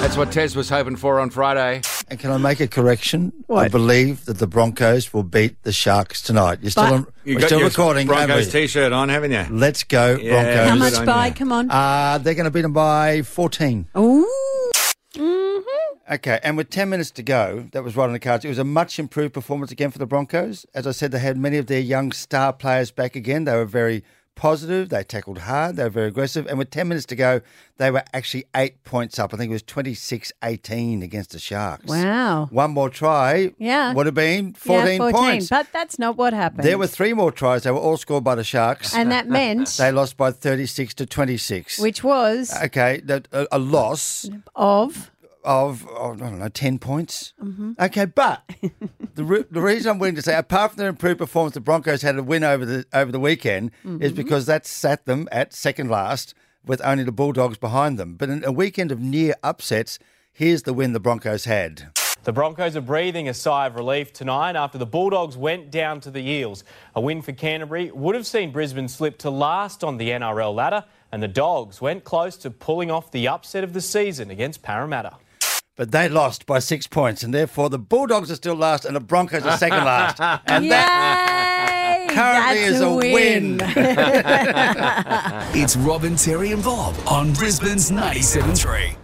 That's what Tez was hoping for on Friday. And can I make a correction? I What? believe that the Broncos will beat the Sharks tonight. You're still, But- on, we're still recording, aren't Broncos we? t-shirt on, haven't you? Let's go, Yeah. How Good Broncos. much on by? you. Come on. Uh, they're going to beat them by 14. Ooh. Okay, and with 10 minutes to go, that was right on the cards. It was a much improved performance again for the Broncos. As I said, they had many of their young star players back again. They were very positive, they tackled hard, they were very aggressive. And with 10 minutes to go, they were actually eight points up. I think it was 26 18 against the Sharks. Wow. One more try Yeah. would have been Yeah, 14, points. But that's not what happened. there were three more tries, they were all scored by the Sharks. and that meant, they lost by 36 to 26. which was okay, that, a, a loss of of oh, I don't know ten points. Okay, but the re- the reason I'm willing to say, apart from their improved performance, the Broncos had a win over the over the weekend, is because that sat them at second last with only the Bulldogs behind them. But in a weekend of near upsets, here's the win the Broncos had. The Broncos are breathing a sigh of relief tonight after the Bulldogs went down to the Eels. A win for Canterbury would have seen Brisbane slip to last on the NRL ladder, and the Dogs went close to pulling off the upset of the season against Parramatta. But they lost by six points, and therefore the Bulldogs are still last, and the Broncos are second last. And that Yay! currently That's is a win. It's Robin, Terry, and Bob on Brisbane's 97.3.